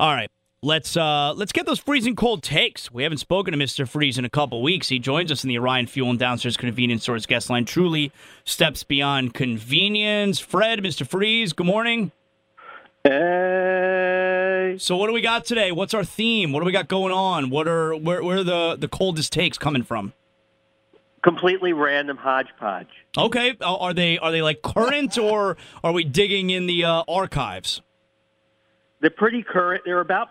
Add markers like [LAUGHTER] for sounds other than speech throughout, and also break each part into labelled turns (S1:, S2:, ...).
S1: All right. Let's uh let's get those freezing cold takes. We haven't spoken to Mr. Freeze in a couple weeks. He joins us in the Orion Fuel and Downstairs Convenience Stores guest line. Truly steps beyond convenience. Fred, Mr. Freeze, good morning.
S2: Hey.
S1: So what do we got today? What's our theme? What do we got going on? What are where where are the the coldest takes coming from?
S2: Completely random hodgepodge.
S1: Okay, uh, are they are they like current or are we digging in the uh, archives?
S2: They're pretty current. They're about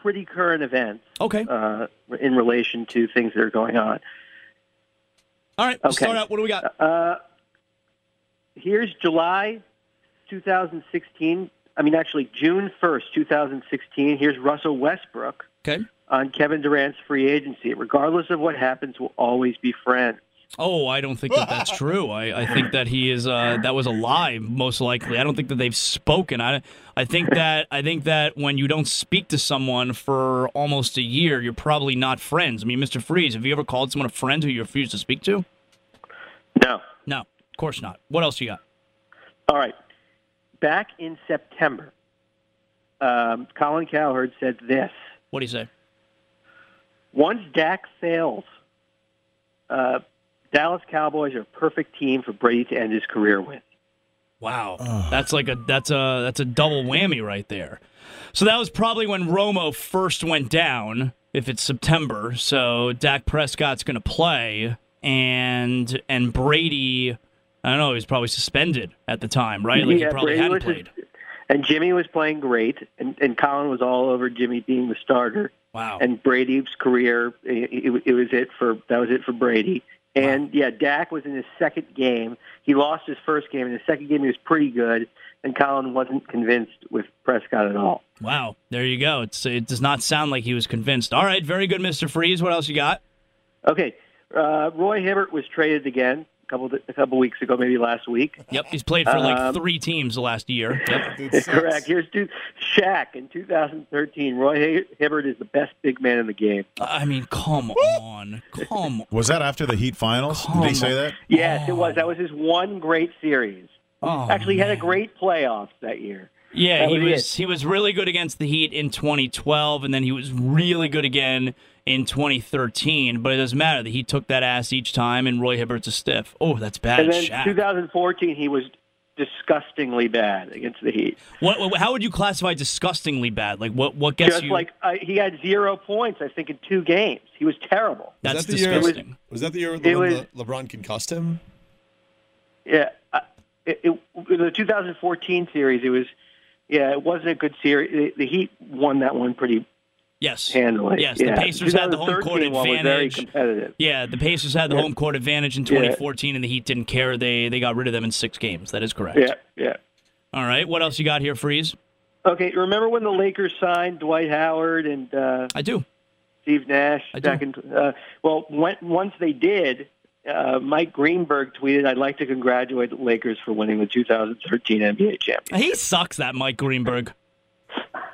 S2: pretty current events
S1: Okay.
S2: uh, in relation to things that are going on.
S1: All right, let's
S2: okay.
S1: start out. What do we got?
S2: Uh, here's July 2016. I mean, actually, June 1st, 2016. Here's Russell Westbrook
S1: Okay.
S2: on Kevin Durant's free agency. Regardless of what happens, we'll always be friends.
S1: Oh, I don't think that that's true. I, I think that he is uh, that was a lie, most likely. I don't think that they've spoken. I I think that I think that when you don't speak to someone for almost a year, you're probably not friends. I mean, Mr. Freeze, have you ever called someone a friend who you refuse to speak to?
S2: No.
S1: No, of course not. What else you got?
S2: All right. Back in September, um, Colin Cowherd said this.
S1: What do you say?
S2: Once Dak fails, uh, Dallas Cowboys are a perfect team for Brady to end his career with.
S1: Wow, that's like a that's a that's a double whammy right there. So that was probably when Romo first went down. If it's September, so Dak Prescott's going to play, and and Brady, I don't know, he was probably suspended at the time, right? Like he probably hadn't
S2: was
S1: played.
S2: just- and Jimmy was playing great, and, and Colin was all over Jimmy being the starter.
S1: Wow.
S2: And Brady's career, it, it, it was it for that was it for Brady. And yeah, Dak was in his second game. He lost his first game. In his second game, he was pretty good, and Colin wasn't convinced with Prescott at all.
S1: wow, there you go. It's it does not sound like he was convinced. All right, very good, Mister Freeze. What else you got?
S2: Okay, uh, Roy Hibbert was traded again a couple a couple weeks ago, maybe last week. [LAUGHS]
S1: Yep, he's played for like
S2: Um,
S1: three teams the last year. Yep.
S2: [LAUGHS] Correct. Here's two. Shaq in 2013. Roy Hi- Hibbert is the best big man in the game.
S1: I mean, come on, come
S3: Was that after the Heat Finals? Did
S1: Oh,
S3: he say that?
S2: Yes, it was. That was his one great series.
S1: Oh,
S2: [LAUGHS] Actually, he had a great playoffs that year.
S1: Yeah,
S2: That
S1: he
S2: was it.
S1: was he was really good against the Heat in 2012, and then he was really good again in 2013. But it doesn't matter that he took that ass each time, and Roy Hibbert's a stiff. Oh, that's bad.
S2: And then
S1: Shaq.
S2: 2014, he was disgustingly bad against the Heat.
S1: What- what- How would you classify disgustingly bad? Like what? What gets
S2: Just
S1: you?
S2: like uh, he had zero points, I think, in two games. He was terrible.
S1: that's
S4: was that the year-
S1: disgusting.
S4: Was that the year
S2: It
S4: the one
S2: was-
S4: Le- LeBron concussed him?
S2: Yeah, uh, it, it, in the 2014 series, it was. Yeah, it wasn't a good series. The the Heat won that one pretty
S1: yes.
S2: handily.
S1: Yes,
S2: yeah.
S1: the Pacers had the home court
S2: 2013 one was very
S1: advantage.
S2: competitive.
S1: Yeah, the Pacers had the
S2: Yeah.
S1: home court advantage in 2014, and the Heat didn't care. They they got rid of them in six games. That is correct.
S2: Yeah, yeah.
S1: All right. What else you got here, Freeze?
S2: Okay, remember when the Lakers signed Dwight Howard and uh,
S1: I do.
S2: Steve Nash
S1: I do.
S2: back in? Uh, well, when, once they did, uh, Mike Greenberg tweeted, "I'd like to congratulate the Lakers for winning the 2013 NBA championship."
S1: He sucks. That Mike Greenberg.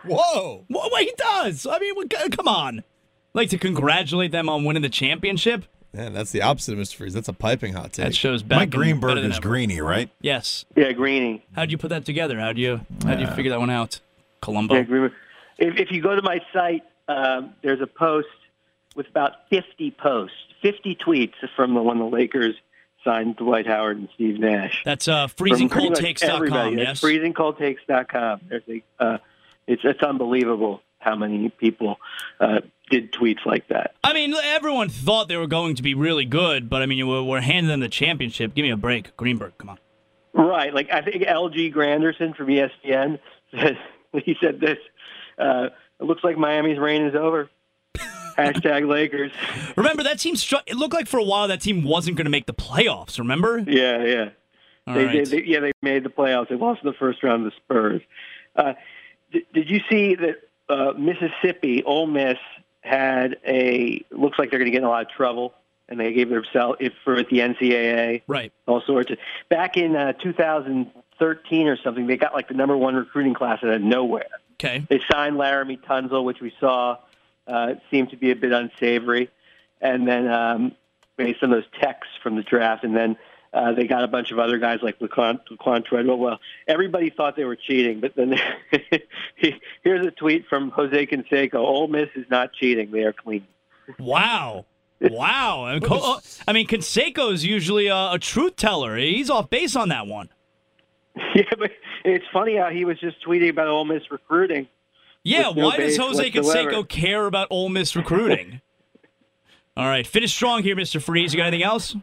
S4: Whoa!
S1: Well, well, he does. I mean, well, c- come on. Like to congratulate them on winning the championship.
S4: Man, that's the opposite of Mr. Freeze. That's a piping hot take.
S1: That shows back.
S3: Mike
S1: and better
S3: Greenberg
S1: than
S3: is
S1: ever.
S3: Greeny, right?
S1: Yes.
S2: Yeah, Greeny.
S1: How'd you put that together? How'd you how'd you figure that one out? Columbo.
S2: Yeah, Greenberg. If, if you go to my site, um, there's a post with about 50 posts, 50 tweets from the when the Lakers signed Dwight Howard and Steve Nash.
S1: That's uh
S2: From pretty much everybody.
S1: freezingcoldtakes.com, yes.
S2: That's freezingcoldtakes.com. There's a, uh, it's, it's unbelievable how many people uh, did tweets like that.
S1: I mean, everyone thought they were going to be really good, but I mean, we're, we're handing them the championship. Give me a break, Greenberg. Come on.
S2: Right. Like, I think LG Granderson from E ESPN [LAUGHS] said, he said this uh, It looks like Miami's reign is over. Hashtag Lakers. [LAUGHS]
S1: Remember that team? Str- it looked like for a while that team wasn't going to make the playoffs. Remember?
S2: Yeah, yeah.
S1: All
S2: They,
S1: right.
S2: they, they, yeah, they made the playoffs. They lost in the first round to the Spurs. Uh, did, did you see that uh, Mississippi, Ole Miss had a looks like they're going to get in a lot of trouble, and they gave themselves if for at the NCAA
S1: Right.
S2: all sorts. Of, back in uh, 2013 or something, they got like the number one recruiting class out of nowhere.
S1: Okay.
S2: They signed Laramie Tunzel, which we saw uh, seemed to be a bit unsavory, and then um, made some of those texts from the draft, and then uh, they got a bunch of other guys like Laquan, Laquan Treadwell. Well, everybody thought they were cheating, but then [LAUGHS] here's a tweet from Jose Canseco: "Ole Miss is not cheating; they are clean." [LAUGHS]
S1: Wow. Wow. And Co- oh, I mean, Conseco's usually a, a truth teller. He's off base on that one.
S2: yeah, but it's funny how he was just tweeting about Ole Miss recruiting.
S1: Yeah,
S2: With no
S1: why does
S2: base
S1: Jose
S2: whatsoever.
S1: Canseco care about Ole Miss
S2: [LAUGHS]
S1: recruiting? All right, finish strong here, Mr. Freeze. You got anything else?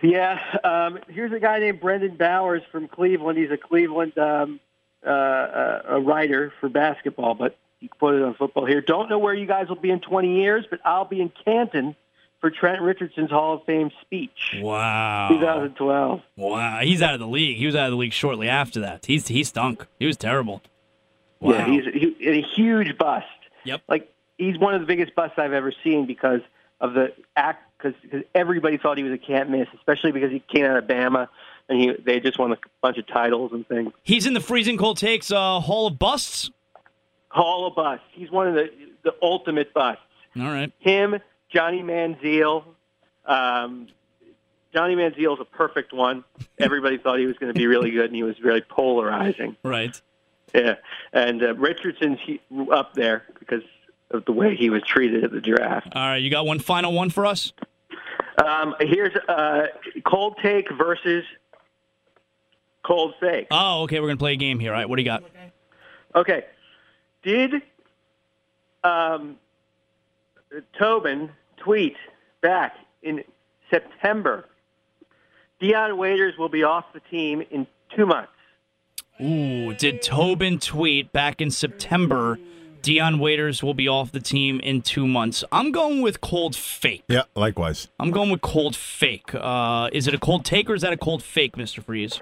S2: Yeah, um, here's a guy named Brendan Bowers from Cleveland. He's a Cleveland um, uh, uh, a writer for basketball, but he quoted on football here. Don't know where you guys will be in 20 years, but I'll be in Canton for Trent Richardson's Hall of Fame speech,
S1: Wow.
S2: 2012.
S1: Wow. He's out of the league. He was out of the league shortly after that. He's he stunk. He was terrible. Wow.
S2: Yeah, he's he, a huge bust.
S1: Yep.
S2: Like he's one of the biggest busts I've ever seen because of the act. Because everybody thought he was a can't miss, especially because he came out of Bama and he they just won a bunch of titles and things.
S1: He's in the freezing cold takes uh, Hall of Busts.
S2: Hall of Bust. He's one of the the ultimate busts.
S1: All right.
S2: Him, Johnny Manziel. Um, Johnny Manziel's a perfect one. Everybody thought he was going to be really good, and he was very polarizing.
S1: Right.
S2: Yeah, and uh, Richardson's he, up there because of the way he was treated at the draft.
S1: All right. You got one final one for us?
S2: Um, here's uh, cold take versus cold fake.
S1: Oh, okay. We're going to play a game here. All right. What do you got?
S2: Okay. Did um, Tobin tweet back in September? Deion Waiters will be off the team in two months.
S1: Ooh, did Tobin tweet back in September? Dion Waiters will be off the team in two months. I'm going with cold fake.
S3: Yeah, likewise.
S1: I'm going with cold fake. Uh, is it a cold take or is that a cold fake, Mr. Freeze?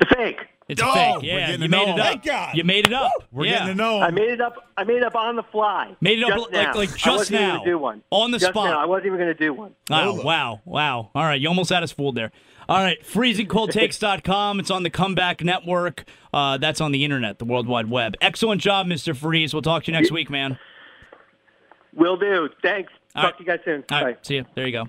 S2: The fake.
S1: It's a
S3: Oh,
S1: fake.
S3: we're
S1: Yeah,
S3: getting
S1: you
S3: to
S1: made
S3: know
S1: it
S3: him.
S1: up.
S3: Thank God.
S1: You made it up.
S3: We're
S1: yeah.
S3: getting to know.
S2: I made it up. I made it up on the fly.
S1: Made it up
S2: Just
S1: li- like-
S2: now.
S1: like
S2: I
S1: just
S2: wasn't even
S1: now.
S2: gonna do one
S1: On the
S2: Just
S1: spot.
S2: Now. I wasn't even going to do one.
S1: Wow,
S4: Lola.
S1: Oh, wow, wow. All right, you almost had us fooled there. All right, freezingcoldtakes.com. It's on the Comeback Network. Uh, that's on the internet, the World Wide Web. Excellent job, Mr. Freeze. We'll talk to you next week, man.
S2: Will do. Thanks.
S1: All
S2: Talk
S1: right.
S2: to you guys soon.
S1: All
S2: Bye.
S1: right, see you. There you go.